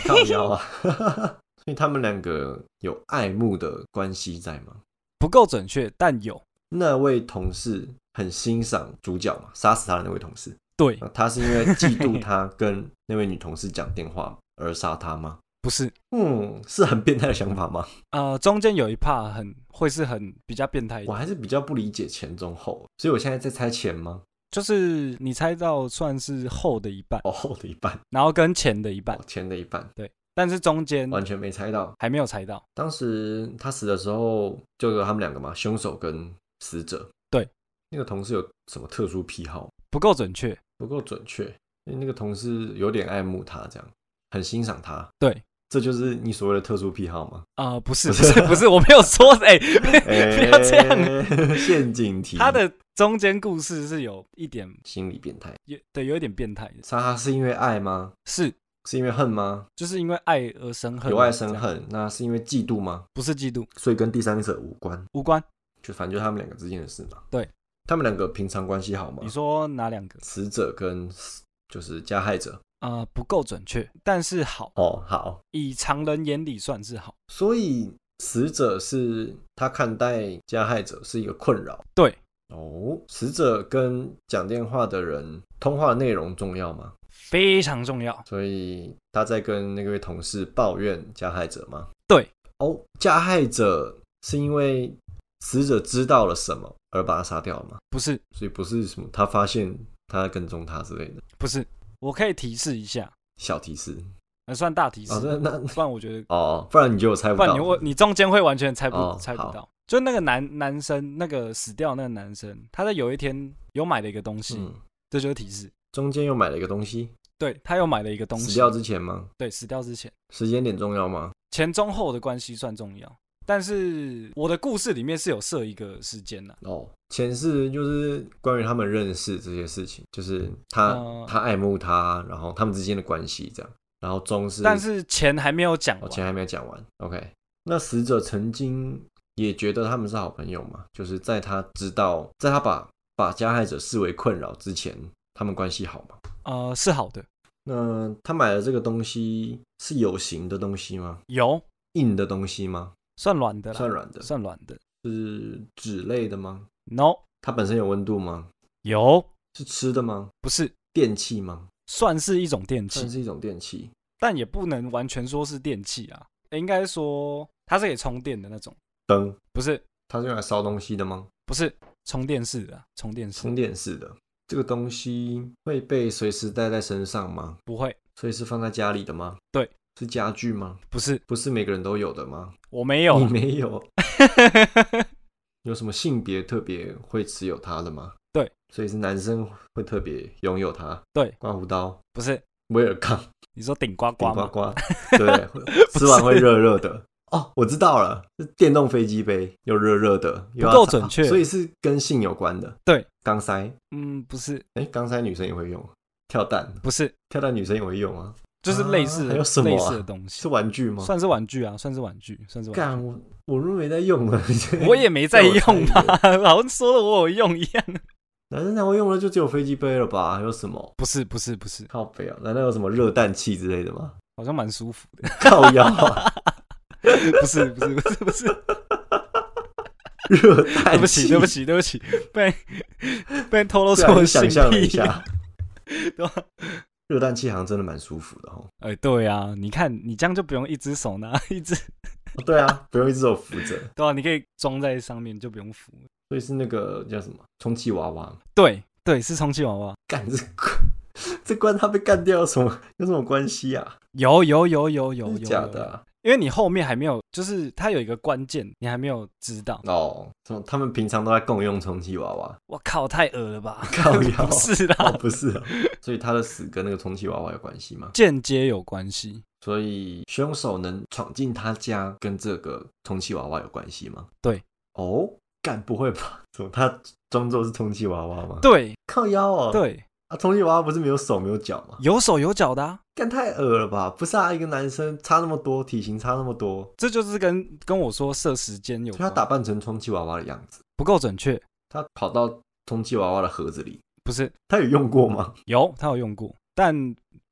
[SPEAKER 2] 靠腰啊， 所以他们两个有爱慕的关系在吗？
[SPEAKER 1] 不够准确，但有
[SPEAKER 2] 那位同事很欣赏主角嘛，杀死他的那位同事，
[SPEAKER 1] 对
[SPEAKER 2] 那他是因为嫉妒他跟那位女同事讲电话 而杀他吗？
[SPEAKER 1] 不是
[SPEAKER 2] 嗯，是很变态的想法吗？
[SPEAKER 1] 呃中间有一 part 很会是很比较变态一点
[SPEAKER 2] 我。还是比较不理解前中后，所以我现在在猜前吗？
[SPEAKER 1] 就是你猜到算是后的一半，
[SPEAKER 2] 哦，后的一 半，
[SPEAKER 1] 然后跟前的一半
[SPEAKER 2] 哦，，前的一半，
[SPEAKER 1] 但是中间
[SPEAKER 2] 完全没猜到。
[SPEAKER 1] 还没有猜到。
[SPEAKER 2] 当时他死的时候，就有他们两个嘛，凶手跟死者。
[SPEAKER 1] 对，
[SPEAKER 2] 那个同事有什么特殊癖好？
[SPEAKER 1] 不够准确，
[SPEAKER 2] 不够准确，因为那个同事有点爱慕他，这样很欣赏他。
[SPEAKER 1] 对，
[SPEAKER 2] 这就是你所谓的特殊癖好吗？
[SPEAKER 1] 呃，不是，不是，不是，我没有说，哎、不要这样。
[SPEAKER 2] 样，哎陷阱题。
[SPEAKER 1] 他的中间故事是有一点，
[SPEAKER 2] 心理变态，
[SPEAKER 1] 有对，有一点变态的，
[SPEAKER 2] 杀他是因为爱吗？
[SPEAKER 1] 是
[SPEAKER 2] 是因为恨吗？
[SPEAKER 1] 就是因为爱而生恨，
[SPEAKER 2] 由爱生
[SPEAKER 1] 这样，
[SPEAKER 2] 恨，那是因为嫉妒吗？
[SPEAKER 1] 不是嫉妒，
[SPEAKER 2] 所以跟第三者无关，
[SPEAKER 1] 无关。
[SPEAKER 2] 就反正就他们两个之间的事嘛。
[SPEAKER 1] 对，
[SPEAKER 2] 他们两个平常关系好吗
[SPEAKER 1] 你？说哪两个？
[SPEAKER 2] 死者跟死就是加害者。
[SPEAKER 1] 呃，不够准确，但是好，
[SPEAKER 2] 哦，好，
[SPEAKER 1] 以常人眼里算是好。
[SPEAKER 2] 所以死者是他看待加害者是一个困扰。
[SPEAKER 1] 对，
[SPEAKER 2] 哦，死者跟讲电话的人通话内容重要吗？
[SPEAKER 1] 非常重要。
[SPEAKER 2] 所以他在跟那位同事抱怨加害者吗？
[SPEAKER 1] 对。
[SPEAKER 2] 哦，加害者是因为死者知道了什么而把他杀掉了吗？
[SPEAKER 1] 不是，
[SPEAKER 2] 所以不是什么他发现他在跟踪他之类的
[SPEAKER 1] 不是，我可以提示一下，
[SPEAKER 2] 小提示。
[SPEAKER 1] 呃，算大提示。
[SPEAKER 2] 哦，那那
[SPEAKER 1] 不然我觉得，
[SPEAKER 2] 哦， 不然你就猜
[SPEAKER 1] 不然
[SPEAKER 2] 到。
[SPEAKER 1] 你我你中间会完全猜不、
[SPEAKER 2] 哦
[SPEAKER 1] 猜不
[SPEAKER 2] 好
[SPEAKER 1] 到。就那个男男生，那个死掉那个男生，他在有一天有买了一个东西，
[SPEAKER 2] 嗯，
[SPEAKER 1] 这就是提示。
[SPEAKER 2] 中间又买了一个东西，
[SPEAKER 1] 对他又买了一个东西，
[SPEAKER 2] 死掉之前吗？
[SPEAKER 1] 对死掉之前，
[SPEAKER 2] 时间点重要吗？
[SPEAKER 1] 前中后的关系算重要。但是我的故事里面是有设一个时间的、
[SPEAKER 2] 哦，前世就是关于他们认识这些事情，就是他、
[SPEAKER 1] 嗯
[SPEAKER 2] 他爱慕他，然后他们之间的关系这样，然后中是，
[SPEAKER 1] 但是前还没有讲
[SPEAKER 2] 我
[SPEAKER 1] 完。
[SPEAKER 2] 前还没有讲完，OK。那死者曾经也觉得他们是好朋友嘛，就是在他知道，在他把把加害者视为困扰之前，他们关系好嘛？
[SPEAKER 1] 呃，是好的，
[SPEAKER 2] 那他买的这个东西是有形的东西吗？
[SPEAKER 1] 有
[SPEAKER 2] 硬的东西吗？
[SPEAKER 1] 算软的啦，
[SPEAKER 2] 算软的，
[SPEAKER 1] 算软的。
[SPEAKER 2] 是纸类的吗？
[SPEAKER 1] No，
[SPEAKER 2] 它本身有温度吗？
[SPEAKER 1] 有
[SPEAKER 2] 是吃的吗？
[SPEAKER 1] 不是
[SPEAKER 2] 电器吗？
[SPEAKER 1] 算是一种电器
[SPEAKER 2] 算，是一种电器。
[SPEAKER 1] 但也不能完全说是电器啊，应该说它是可以充电的那种，
[SPEAKER 2] 灯，
[SPEAKER 1] 不是
[SPEAKER 2] 它是用来烧东西的吗？
[SPEAKER 1] 不是充电式的啊、充电式
[SPEAKER 2] 充电式的。这个东西会被随时带在身上吗？
[SPEAKER 1] 不会，
[SPEAKER 2] 所以是放在家里的吗？
[SPEAKER 1] 对，
[SPEAKER 2] 是家具吗？
[SPEAKER 1] 不是，
[SPEAKER 2] 不是每个人都有的吗？
[SPEAKER 1] 我没有
[SPEAKER 2] 你
[SPEAKER 1] 啊。
[SPEAKER 2] 没 有，有什么性别特别会持有它的吗？
[SPEAKER 1] 对，
[SPEAKER 2] 所以是男生会特别拥有它。
[SPEAKER 1] 对，
[SPEAKER 2] 刮胡刀、
[SPEAKER 1] 不是，
[SPEAKER 2] 威尔刚、
[SPEAKER 1] 你说顶呱
[SPEAKER 2] 顶
[SPEAKER 1] 呱
[SPEAKER 2] 呱
[SPEAKER 1] 吗？
[SPEAKER 2] 呱，对，会吃完会热热的。哦，我知道了，是电动飞机杯，又热热的，又要
[SPEAKER 1] 不够
[SPEAKER 2] 擦
[SPEAKER 1] 准确
[SPEAKER 2] 所以是跟性有关的。
[SPEAKER 1] 对，
[SPEAKER 2] 钢塞，
[SPEAKER 1] 嗯，不是，
[SPEAKER 2] 哎，钢塞女生也会用，跳蛋，
[SPEAKER 1] 不是，
[SPEAKER 2] 跳蛋女生也会用啊，
[SPEAKER 1] 就是类
[SPEAKER 2] 啊
[SPEAKER 1] 似的、
[SPEAKER 2] 还有什么啊
[SPEAKER 1] 类似的东西
[SPEAKER 2] 是，玩具吗？
[SPEAKER 1] 算是玩具啊，算是玩具，算是玩具。
[SPEAKER 2] 干，我 我都没在用了，
[SPEAKER 1] 我也没在用
[SPEAKER 2] 吧
[SPEAKER 1] 啊吧，好像哦说的我有用一样。
[SPEAKER 2] 男生才会用的就只有飞机杯了吧？还有什么
[SPEAKER 1] 不是，不是，不是，
[SPEAKER 2] 靠背啊？难道有什么热氮气之类的吗？
[SPEAKER 1] 好像蛮舒服的。
[SPEAKER 2] 靠腰 啊，
[SPEAKER 1] 不是，不是，不是，不是，
[SPEAKER 2] 热
[SPEAKER 1] 对
[SPEAKER 2] 氮
[SPEAKER 1] 不
[SPEAKER 2] 气，
[SPEAKER 1] 起，对不，起，对不起，不然不然透露出我
[SPEAKER 2] 我
[SPEAKER 1] 的
[SPEAKER 2] 想
[SPEAKER 1] 性
[SPEAKER 2] 象了一
[SPEAKER 1] 癖了。
[SPEAKER 2] 下，
[SPEAKER 1] 对吧？
[SPEAKER 2] 热氮气好像真的蛮舒服的哦。
[SPEAKER 1] 哎，对啊，你看你这样就不用一只手拿， 一只
[SPEAKER 2] 哦对啊，不用一只手扶着，
[SPEAKER 1] 对啊吧、你可以装在上面，就不用 扶。
[SPEAKER 2] 所以是那个叫什么充气娃娃。
[SPEAKER 1] 对对，是充气娃娃。
[SPEAKER 2] 干这这关 他被干掉有什么有什么关系啊？
[SPEAKER 1] 有有有有有有
[SPEAKER 2] 真的假
[SPEAKER 1] 有
[SPEAKER 2] 的啊、
[SPEAKER 1] 因为你后面还没有，就是它有一个关键，你还没有知道。
[SPEAKER 2] 哦，什么他们平常都在共用充气娃娃，
[SPEAKER 1] 我靠，太恶了吧！
[SPEAKER 2] 靠腰
[SPEAKER 1] 不是
[SPEAKER 2] 哦
[SPEAKER 1] 啦，
[SPEAKER 2] 不是、啊，所以他的死跟那个充气娃娃有关系吗？
[SPEAKER 1] 间接有关系。
[SPEAKER 2] 所以凶手能闯进他家，跟这个充气娃娃有关系吗？
[SPEAKER 1] 对，
[SPEAKER 2] 哦，干不会吧？怎么他装作是充气娃娃吗？，
[SPEAKER 1] 对
[SPEAKER 2] 靠腰哦。，
[SPEAKER 1] 对，
[SPEAKER 2] 啊，充气娃娃不是没有手没有脚吗？
[SPEAKER 1] 有手有脚的、啊，
[SPEAKER 2] 干太恶了吧？不是啊，一个男生差那么多，体型差那么多，
[SPEAKER 1] 这就是跟跟我说射时间有
[SPEAKER 2] 所以他
[SPEAKER 1] 关。
[SPEAKER 2] 打扮成充气娃娃的样子，
[SPEAKER 1] 不够准确，
[SPEAKER 2] 他跑到充气娃娃的盒子里，
[SPEAKER 1] 不是
[SPEAKER 2] 他有用过吗？
[SPEAKER 1] 有他有用过，但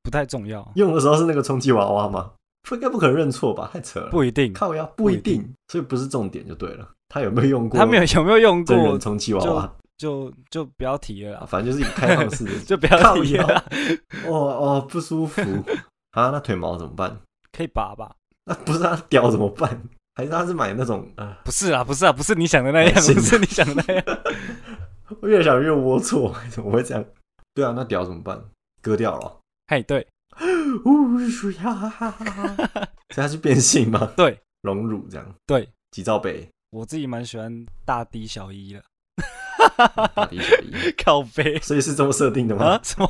[SPEAKER 1] 不太重要，
[SPEAKER 2] 用的时候是那个充气娃娃吗？不应该不可能认错吧？太扯了。
[SPEAKER 1] 不一定。
[SPEAKER 2] 靠腰不一
[SPEAKER 1] 不一
[SPEAKER 2] 定，所以不是重点就对了。他有没有用过？
[SPEAKER 1] 他没有有没有用
[SPEAKER 2] 真人
[SPEAKER 1] 过，
[SPEAKER 2] 充气娃娃，
[SPEAKER 1] 就就不要提了
[SPEAKER 2] 啊
[SPEAKER 1] 啦，
[SPEAKER 2] 反正就是一个开放式的
[SPEAKER 1] 就不要
[SPEAKER 2] 靠
[SPEAKER 1] 提了
[SPEAKER 2] 腰
[SPEAKER 1] 啦，。
[SPEAKER 2] 哦哦，不舒服啊！那腿毛怎么办？
[SPEAKER 1] 可以拔吧？
[SPEAKER 2] 那不是他屌怎么办？还是他是买那种啊？
[SPEAKER 1] 不是啊，不是啊，不是你想的那样，
[SPEAKER 2] 是
[SPEAKER 1] 不是你想的那样。
[SPEAKER 2] 我越想越龌龊，怎么会这样？对啊，那屌怎么办？割掉了。
[SPEAKER 1] 嘿，对
[SPEAKER 2] 呜嘘呀哈哈哈哈！ 所以他是变性吗？
[SPEAKER 1] 啊对，
[SPEAKER 2] 隆乳这样，
[SPEAKER 1] 对，
[SPEAKER 2] 几罩杯，
[SPEAKER 1] 我自己蛮喜欢大 D 小一的，
[SPEAKER 2] 大底小一，
[SPEAKER 1] 靠背
[SPEAKER 2] 所以是这么设定的吗
[SPEAKER 1] 啊？？ 什么？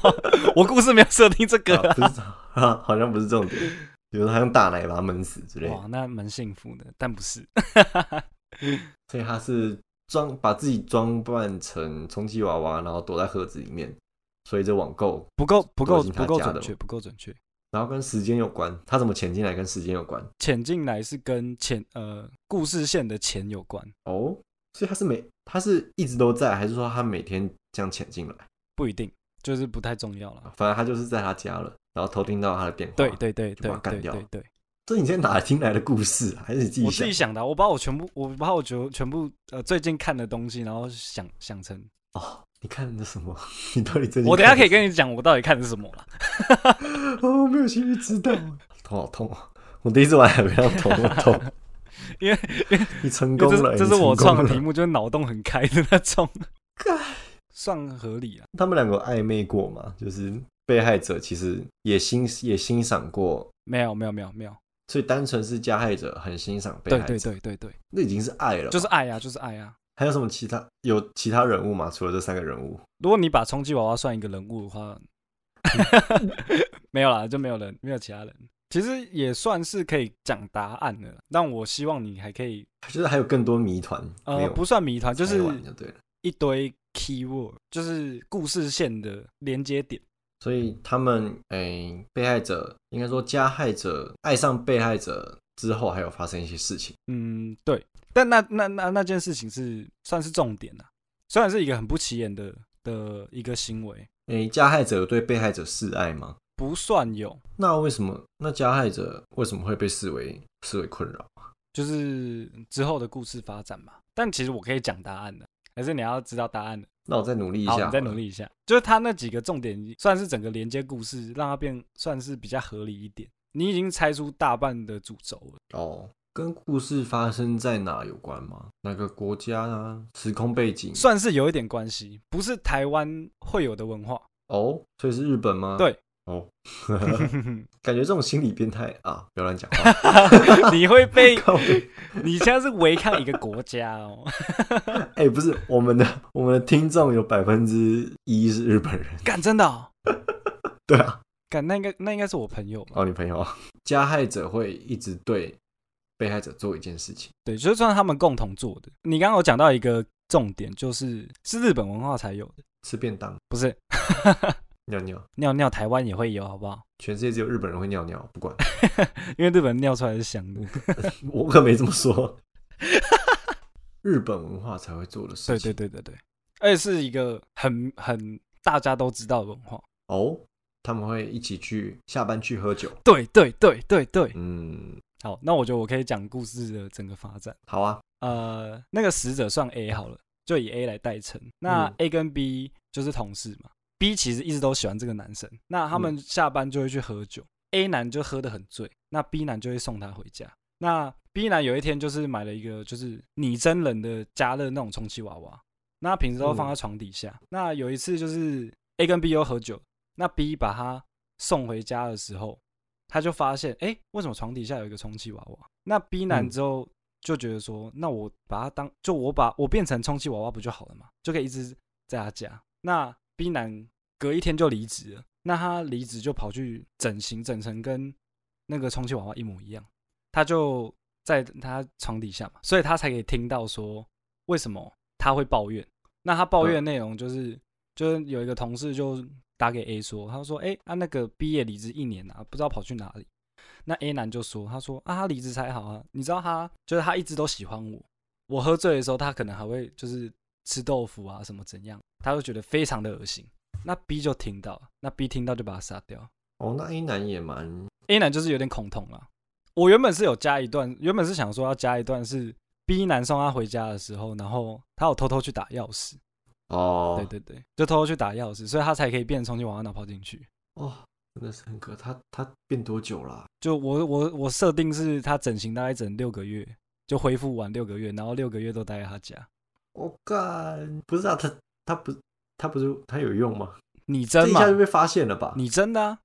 [SPEAKER 1] 我故事没有设定这个
[SPEAKER 2] 啊
[SPEAKER 1] 啊、
[SPEAKER 2] 不是 啊，好像不是重点。比如说他用大奶把他闷死之类的
[SPEAKER 1] 哇，，那蛮幸福的，但不是。
[SPEAKER 2] 所以他是装把自己装扮成充气娃娃，然后躲在盒子里面。所以这网购，
[SPEAKER 1] 不够不够
[SPEAKER 2] 都已经他
[SPEAKER 1] 不够
[SPEAKER 2] 家的
[SPEAKER 1] 准
[SPEAKER 2] 了
[SPEAKER 1] 确，不够准确。
[SPEAKER 2] 然后跟时间有关，他怎么潜进来跟时间有关？
[SPEAKER 1] 潜进来是跟前呃故事线的钱有关，
[SPEAKER 2] 哦，所以他是每他是一直都在，还是说他每天这样潜进来？哦
[SPEAKER 1] 不一定，就是不太重要了。
[SPEAKER 2] 反正他就是在他家了，然后偷听到他的电话。
[SPEAKER 1] 对，对对
[SPEAKER 2] 就
[SPEAKER 1] 对
[SPEAKER 2] 把它干
[SPEAKER 1] 对
[SPEAKER 2] 掉
[SPEAKER 1] 对对，
[SPEAKER 2] 这你在哪听来的故事啊？还是你自己
[SPEAKER 1] 我自
[SPEAKER 2] 想
[SPEAKER 1] 己？想的啊，我把我全部，我把我全全部呃最近看的东西，然后想想成，
[SPEAKER 2] 哦，你看的什么？ 你到底真？
[SPEAKER 1] 我等一下可以跟你讲我到底看的是什么了。
[SPEAKER 2] 哦，我没有兴趣知道，啊头好痛哦！我第一次玩海龟汤头那么痛，
[SPEAKER 1] 因为
[SPEAKER 2] 你成
[SPEAKER 1] 因为
[SPEAKER 2] 功
[SPEAKER 1] 这是
[SPEAKER 2] 了，
[SPEAKER 1] 这
[SPEAKER 2] 你
[SPEAKER 1] 是我
[SPEAKER 2] 成功
[SPEAKER 1] 创的
[SPEAKER 2] 了
[SPEAKER 1] 题目，就是脑洞很开的那种， 算合理了。
[SPEAKER 2] 他们两个有暧昧过嘛？就是被害者其实也欣也欣赏过，
[SPEAKER 1] 没有没有没有没有，
[SPEAKER 2] 所以单纯是加害者很欣赏被
[SPEAKER 1] 对
[SPEAKER 2] 害者，
[SPEAKER 1] 对对对对，
[SPEAKER 2] 那已经是爱了吧。
[SPEAKER 1] 就是爱啊，就是爱啊。
[SPEAKER 2] 还有什么其他有其他人物吗？除了这三个人物，
[SPEAKER 1] 如果你把充气娃娃算一个人物的话， 没有啦，就没有人，没有其他人。其实也算是可以讲答案了，但我希望你还可以，
[SPEAKER 2] 就是还有更多谜团没
[SPEAKER 1] 呃，
[SPEAKER 2] 有
[SPEAKER 1] 不算谜团，就是
[SPEAKER 2] 猜完就对了。
[SPEAKER 1] 一堆 keyword，就是故事线的连接点。
[SPEAKER 2] 所以他们诶、被害者应该说加害者爱上被害者之后，还有发生一些事情。
[SPEAKER 1] 嗯，对。但那那那那件事情是算是重点啊，虽然是一个很不起眼的的一个行为，
[SPEAKER 2] 诶、加害者有对被害者示爱吗？
[SPEAKER 1] 不算有，
[SPEAKER 2] 那为什么那加害者为什么会被视为视为困扰？
[SPEAKER 1] 就是之后的故事发展嘛。但其实我可以讲答案的，还是你要知道答案的。
[SPEAKER 2] 那我再努力一
[SPEAKER 1] 好，
[SPEAKER 2] 下，
[SPEAKER 1] 你再努。力一下。就是它那几个重点，算是整个连接故事，让它变算是比较合理一点。你已经猜出大半的主轴了，
[SPEAKER 2] 哦，跟故事发生在哪有关吗？哪个国家啊？时空背景？
[SPEAKER 1] 算是有一点关系，不是台湾会有的文化。
[SPEAKER 2] 哦，所以是日本吗？
[SPEAKER 1] 对，
[SPEAKER 2] 哦， 感觉这种心理变态啊，不要乱讲 话。
[SPEAKER 1] 你会被
[SPEAKER 2] 靠北
[SPEAKER 1] 你现在是违抗一个国家哦。
[SPEAKER 2] 哎、不是我们的 我们的听众有百分之一是日本人，
[SPEAKER 1] 干真的、哦，
[SPEAKER 2] 对啊，
[SPEAKER 1] 干那应该那应该是我朋友吧？
[SPEAKER 2] 哦，你朋友啊，加害者会一直对被害者做一件事情，
[SPEAKER 1] 对，就是算他们共同做的。你刚刚有讲到一个重点，就是是日本文化才有的，
[SPEAKER 2] 吃便当、
[SPEAKER 1] 不是
[SPEAKER 2] 尿尿，
[SPEAKER 1] 尿尿台湾也会有，好不好？
[SPEAKER 2] 全世界只有日本人会尿尿，不管
[SPEAKER 1] 因为日本尿出来是香的。
[SPEAKER 2] 我可没这么说， 日本文化才会做的事
[SPEAKER 1] 对
[SPEAKER 2] 情。
[SPEAKER 1] 对对对对，而且是一个很很大家都知道的文化。
[SPEAKER 2] 哦，他们会一起去下班去喝酒，
[SPEAKER 1] 对对对对对，
[SPEAKER 2] 嗯，
[SPEAKER 1] 好，那我觉得我可以讲故事的整个发展。
[SPEAKER 2] 好啊，
[SPEAKER 1] 呃，那个死者算 A 好了，就以 A 来代称。那
[SPEAKER 2] 嗯
[SPEAKER 1] A 跟 B 就是同事嘛。B 其实一直都喜欢这个男生，那他们下班就会去喝酒。A 男就喝得很醉，那 B 男就会送他回家。那 B 男有一天就是买了一个就是拟真人的加热那种充气娃娃，那平时都放在床底下。那有一次就是 A 跟 B 又喝酒，那 B 把他送回家的时候，他就发现，哎、为什么床底下有一个充气娃娃？那 B 男
[SPEAKER 2] 嗯
[SPEAKER 1] 之后就觉得说，那我把它当就我把我变成充气娃娃不就好了嘛，就可以一直在他家。那 B 男隔一天就离职了，那他离职就跑去整形，整成跟那个充气娃娃一模一样，他就在他床底下嘛，所以他才可以听到说为什么他会抱怨。那他抱怨的内容就是，就是有一个同事就打给 A 说，他说：“哎、啊那个 B 也离职一年啊，不知道跑去哪里。”那 A 男就说：“他说啊，他离职才好啊，你知道他就是他一直都喜欢我，我喝醉的时候他可能还会就是吃豆腐啊什么怎样，他就觉得非常的恶心。”那 B 就听到，那 B 听到就把他杀掉。
[SPEAKER 2] 哦，那 A 男也蛮
[SPEAKER 1] A 男就是有点恐同啦。我原本是有加一段，原本是想说要加一段是 B 男送他回家的时候，然后他有偷偷去打钥匙，
[SPEAKER 2] 哦，
[SPEAKER 1] 对对对，就偷偷去打钥匙，所以他才可以变成充气娃娃脑跑进去。
[SPEAKER 2] 哦，真的是很可，他他变多久了啊、
[SPEAKER 1] 就我我我设定是他整形大概整六个月，就恢复完六个月，然后六个月都待在他家。
[SPEAKER 2] 我干，不是啊，他他不他不是他有用吗？
[SPEAKER 1] 你
[SPEAKER 2] 这
[SPEAKER 1] 真
[SPEAKER 2] 一
[SPEAKER 1] 嘛
[SPEAKER 2] 下就？被发现了吧？
[SPEAKER 1] 你真的、啊？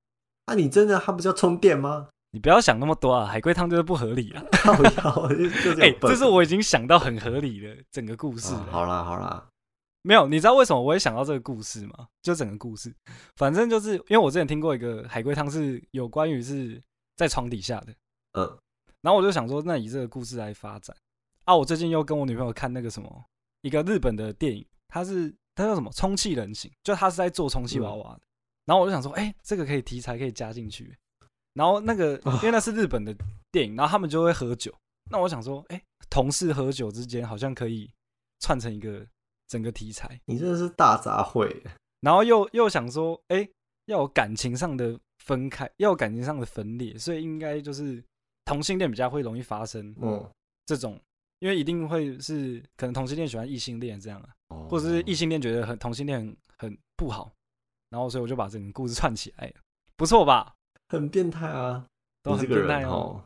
[SPEAKER 2] 啊，你真的他不是要充电 吗？
[SPEAKER 1] 你不要想那么多啊！海龟汤就是不合理 啊！
[SPEAKER 2] 靠腰，就就是
[SPEAKER 1] 哎、
[SPEAKER 2] 有笨
[SPEAKER 1] 这是我已经想到很合理的整个故事
[SPEAKER 2] 啊
[SPEAKER 1] 了。
[SPEAKER 2] 好啦好啦，
[SPEAKER 1] 没有，你知道为什么我会想到这个故事吗？就整个故事，反正就是因为我之前听过一个海龟汤是有关于是在床底下的，
[SPEAKER 2] 嗯，
[SPEAKER 1] 然后我就想说，那以这个故事来发展啊。我最近又跟我女朋友看那个什么一个日本的电影，它是它叫什么《充气人形》，就它是在做充气娃娃的。然后我就想说，哎、这个可以题材可以加进去。然后那个因为那是日本的电影，然后他们就会喝酒。那我想说，哎、同事喝酒之间好像可以串成一个整个题材。
[SPEAKER 2] 你真的是大杂烩，
[SPEAKER 1] 然后又又想说，哎、要有感情上的分开，要有感情上的分裂，所以应该就是同性恋比较会容易发生
[SPEAKER 2] 嗯，
[SPEAKER 1] 这种，因为一定会是可能同性恋喜欢异性恋这样啊，
[SPEAKER 2] 哦
[SPEAKER 1] 或者是异性恋觉得很同性恋很很不好，然后所以我就把整个故事 串起来了，不错吧？
[SPEAKER 2] 很变态啊，
[SPEAKER 1] 都
[SPEAKER 2] 你这
[SPEAKER 1] 很
[SPEAKER 2] 个
[SPEAKER 1] 变态
[SPEAKER 2] 人
[SPEAKER 1] 哦。
[SPEAKER 2] 哦，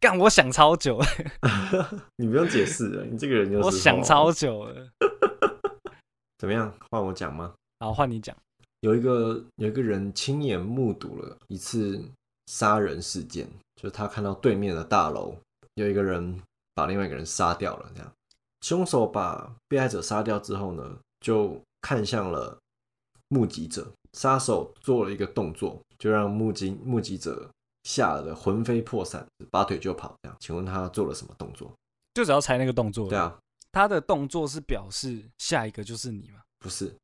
[SPEAKER 1] 干，我想超久了，
[SPEAKER 2] 你不用解释了，你这个人就是
[SPEAKER 1] 我想超
[SPEAKER 2] 哦
[SPEAKER 1] 久了。
[SPEAKER 2] 怎么样？换我讲吗？
[SPEAKER 1] 好，换你讲。
[SPEAKER 2] 有一个有一个人亲眼目睹了一次杀人事件，就是他看到对面的大楼有一个人把另外一个人杀掉了，这样凶手把被害者杀掉之后呢，就看向了目击者，杀手做了一个动作，就让目击目击者吓得魂飞魄散，拔腿就跑。这样，请问他做了什么动作？
[SPEAKER 1] 就只要猜那个动作，
[SPEAKER 2] 对，啊，
[SPEAKER 1] 他的动作是表示下一个就是你嘛？
[SPEAKER 2] 不是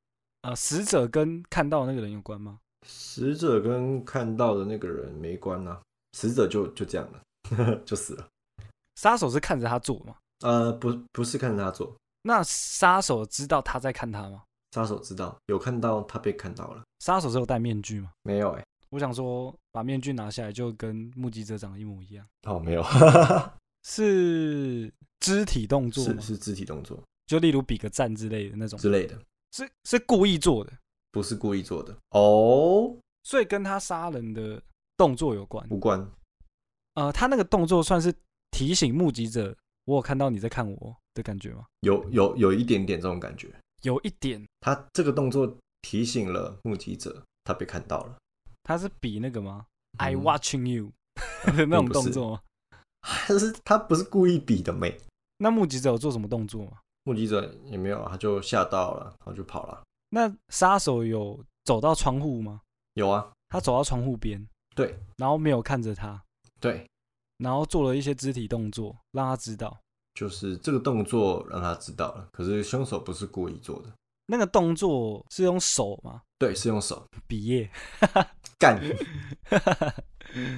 [SPEAKER 1] 呃，死者跟看到的那个人有关吗？
[SPEAKER 2] 死者跟看到的那个人没关啊，死者就就这样了， 就死了。
[SPEAKER 1] 杀手是看着他做嘛？
[SPEAKER 2] 呃，不，不是看着他做，
[SPEAKER 1] 那杀手知道他在看他吗？
[SPEAKER 2] 杀手知道有看到他被看到了，
[SPEAKER 1] 杀手是有戴面具吗？
[SPEAKER 2] 没有哎、
[SPEAKER 1] 我想说，把面具拿下来就跟目击者长得一模一样，
[SPEAKER 2] 哦，没有，
[SPEAKER 1] 是肢体动作
[SPEAKER 2] 是
[SPEAKER 1] 吗？
[SPEAKER 2] 是肢体动作
[SPEAKER 1] 就例如比个赞之类的那种，
[SPEAKER 2] 之类的，
[SPEAKER 1] 是是故意做的，
[SPEAKER 2] 不是故意做的哦，
[SPEAKER 1] 所以跟他杀人的动作有关。
[SPEAKER 2] 无关，
[SPEAKER 1] 呃，他那个动作算是提醒目击者，我有看到你在看我的感觉吗？
[SPEAKER 2] 有有有一点点这种感觉，
[SPEAKER 1] 有一点，
[SPEAKER 2] 他这个动作提醒了目击者他被看到了，
[SPEAKER 1] 他是比那个吗、i
[SPEAKER 2] 嗯
[SPEAKER 1] watching you 的那种
[SPEAKER 2] 并不是
[SPEAKER 1] 动作吗？
[SPEAKER 2] 但是他不是故意比的没。
[SPEAKER 1] 那目击者有做什么动作吗？
[SPEAKER 2] 目击者也没有，他就吓到了，然后就跑了。
[SPEAKER 1] 那杀手有走到窗户吗？
[SPEAKER 2] 有啊，
[SPEAKER 1] 他走到窗户边，
[SPEAKER 2] 对，
[SPEAKER 1] 然后没有看着他，
[SPEAKER 2] 对，
[SPEAKER 1] 然后做了一些肢体动作，让他知道
[SPEAKER 2] 就是这个动作让他知道了，可是凶手不是故意做的，
[SPEAKER 1] 那个动作是用手吗？
[SPEAKER 2] 对，是用手
[SPEAKER 1] 比耶，
[SPEAKER 2] 干。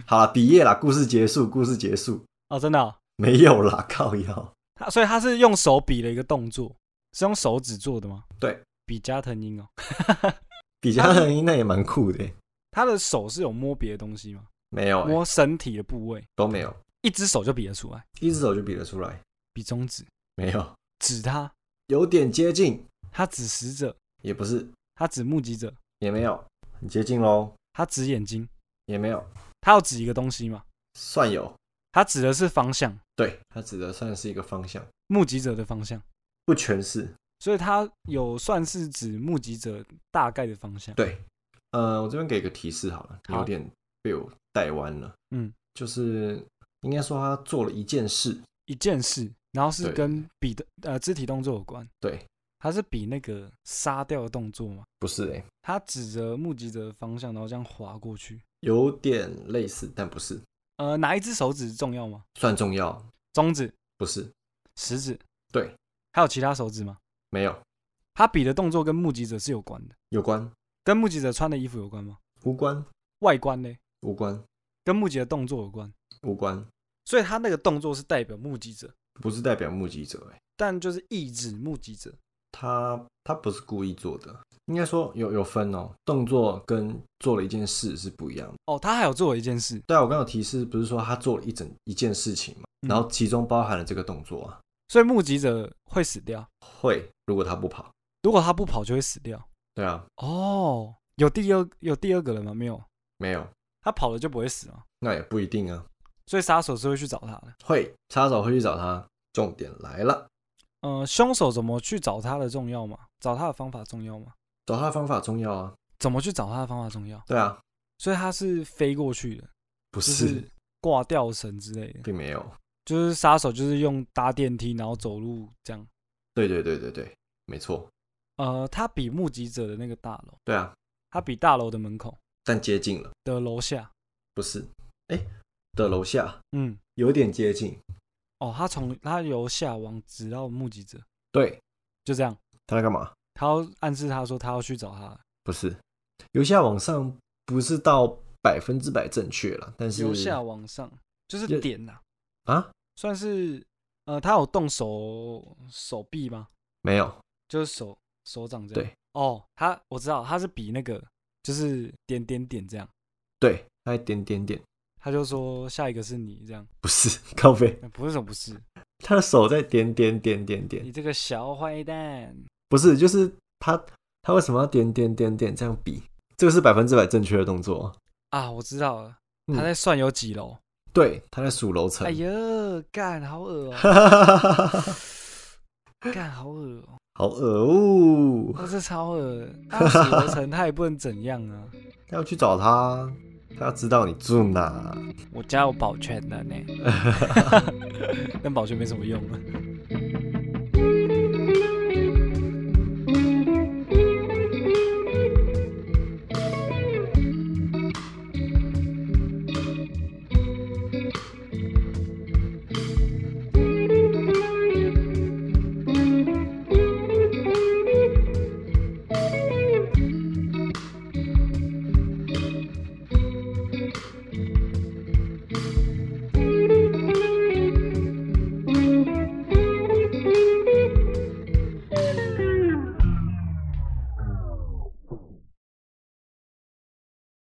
[SPEAKER 2] 好了，毕业啦，故事结束，故事结束，
[SPEAKER 1] 哦，真的哦、
[SPEAKER 2] 没有啦，靠腰，
[SPEAKER 1] 他所以他是用手比了一个动作，是用手指做的吗？
[SPEAKER 2] 对，
[SPEAKER 1] 比加藤鹰哦，
[SPEAKER 2] 比加藤鹰那也蛮酷的，欸
[SPEAKER 1] 他的手是有摸别的东西吗？
[SPEAKER 2] 没有、欸，
[SPEAKER 1] 摸身体的部位，
[SPEAKER 2] 都没有，
[SPEAKER 1] 一只手就比得出来，
[SPEAKER 2] 一只手就比得出来，
[SPEAKER 1] 比中指，
[SPEAKER 2] 没有，
[SPEAKER 1] 指他，
[SPEAKER 2] 有点接近，
[SPEAKER 1] 他指死者，
[SPEAKER 2] 也不是，
[SPEAKER 1] 他指目击者，
[SPEAKER 2] 也没有，很接近喽，
[SPEAKER 1] 他指眼睛，
[SPEAKER 2] 也没有，
[SPEAKER 1] 他要指一个东西嘛？
[SPEAKER 2] 算有，
[SPEAKER 1] 他指的是方向，
[SPEAKER 2] 对，它指的算是一个方向，
[SPEAKER 1] 目击者的方向，
[SPEAKER 2] 不全是，
[SPEAKER 1] 所以他有算是指目击者大概的方向。
[SPEAKER 2] 对，呃，我这边给个提示好了，
[SPEAKER 1] 好
[SPEAKER 2] 有点被我带弯了。
[SPEAKER 1] 嗯，
[SPEAKER 2] 就是应该说他做了一件事，
[SPEAKER 1] 一件事，然后是
[SPEAKER 2] 对
[SPEAKER 1] 跟比的呃肢体动作有关，
[SPEAKER 2] 对，
[SPEAKER 1] 他是比那个杀掉的动作嘛？
[SPEAKER 2] 不是哎、
[SPEAKER 1] 他指着目击者的方向，然后这样划过去。
[SPEAKER 2] 有点类似，但不是，
[SPEAKER 1] 呃，哪一只手指重要吗？
[SPEAKER 2] 算重要，
[SPEAKER 1] 中指、
[SPEAKER 2] 不是，
[SPEAKER 1] 食指，
[SPEAKER 2] 对，
[SPEAKER 1] 还有其他手指吗？
[SPEAKER 2] 没有，
[SPEAKER 1] 他比的动作跟目击者是有关的，
[SPEAKER 2] 有关，
[SPEAKER 1] 跟目击者穿的衣服有关吗？
[SPEAKER 2] 无关，
[SPEAKER 1] 外观呢？
[SPEAKER 2] 无关，
[SPEAKER 1] 跟目击的动作有关，
[SPEAKER 2] 无关，
[SPEAKER 1] 所以他那个动作是代表目击者，
[SPEAKER 2] 不是代表目击者哎、
[SPEAKER 1] 但就是意指目击者。
[SPEAKER 2] 他他不是故意做的，应该说有有分哦，动作跟做了一件事是不一样的。
[SPEAKER 1] 哦，他还有做了一件事，
[SPEAKER 2] 对啊，我刚刚有提示，不是说他做了一整一件事情嘛，
[SPEAKER 1] 嗯
[SPEAKER 2] 然后其中包含了这个动作啊，
[SPEAKER 1] 所以目击者会死掉。
[SPEAKER 2] 会如果他不跑，
[SPEAKER 1] 如果他不跑，就会死掉。
[SPEAKER 2] 对啊，
[SPEAKER 1] 哦，有第二有第二个人吗？没有，
[SPEAKER 2] 没有，
[SPEAKER 1] 他跑了就不会死吗？
[SPEAKER 2] 那也不一定啊。
[SPEAKER 1] 所以杀手是会去找他的。
[SPEAKER 2] 会，杀手会去找他。重点来了，
[SPEAKER 1] 呃，凶手怎么去找他的重要吗？找他的方法重要吗？
[SPEAKER 2] 找他的方法重要啊。
[SPEAKER 1] 怎么去找他的方法重要？
[SPEAKER 2] 对啊，
[SPEAKER 1] 所以他是飞过去的，
[SPEAKER 2] 不，
[SPEAKER 1] 就是是挂吊绳之类的。
[SPEAKER 2] 并没有。
[SPEAKER 1] 就是杀手就是用搭电梯然后走路这样。
[SPEAKER 2] 对对对对对，没错。
[SPEAKER 1] 呃，他比目击者的那个大楼，
[SPEAKER 2] 对啊，
[SPEAKER 1] 他比大楼的门口
[SPEAKER 2] 但接近了，
[SPEAKER 1] 的楼下，
[SPEAKER 2] 不是？哎，的楼下
[SPEAKER 1] 嗯，
[SPEAKER 2] 有点接近。
[SPEAKER 1] 哦，他从他由下往直到目击者，
[SPEAKER 2] 对，
[SPEAKER 1] 就这样。
[SPEAKER 2] 他在干嘛？
[SPEAKER 1] 他要暗示他说他要去找他，
[SPEAKER 2] 不是，由下往上不是到百分之百正确了，但是
[SPEAKER 1] 由下往上就是
[SPEAKER 2] 有
[SPEAKER 1] 点呐、
[SPEAKER 2] 啊，
[SPEAKER 1] 算是呃，他有动手哦手臂吗？
[SPEAKER 2] 没有，
[SPEAKER 1] 就是手手掌这样。
[SPEAKER 2] 对，
[SPEAKER 1] 哦，他我知道他是比那个就是点点点这样，
[SPEAKER 2] 对，他一点点点，
[SPEAKER 1] 他就说下一个是你这样，
[SPEAKER 2] 不是 高飞，
[SPEAKER 1] 呃不是什么不是，
[SPEAKER 2] 他的手在点点点点点
[SPEAKER 1] 你，这个小坏蛋，
[SPEAKER 2] 不是，就是他他为什么要点点点点这样比？这个是百分之百正确的动作啊。
[SPEAKER 1] 啊，我知道了，
[SPEAKER 2] 嗯
[SPEAKER 1] 他在算有几楼。
[SPEAKER 2] 对，他在数楼层。
[SPEAKER 1] 哎呀，干好恶哦、 干好恶哦、
[SPEAKER 2] 好恶哦！
[SPEAKER 1] 我、这超恶，他洗楼 层他也不能怎样啊，
[SPEAKER 2] 他要去找他，他要知道你住哪。
[SPEAKER 1] 我家有保全的呢，但保全没什么用啊。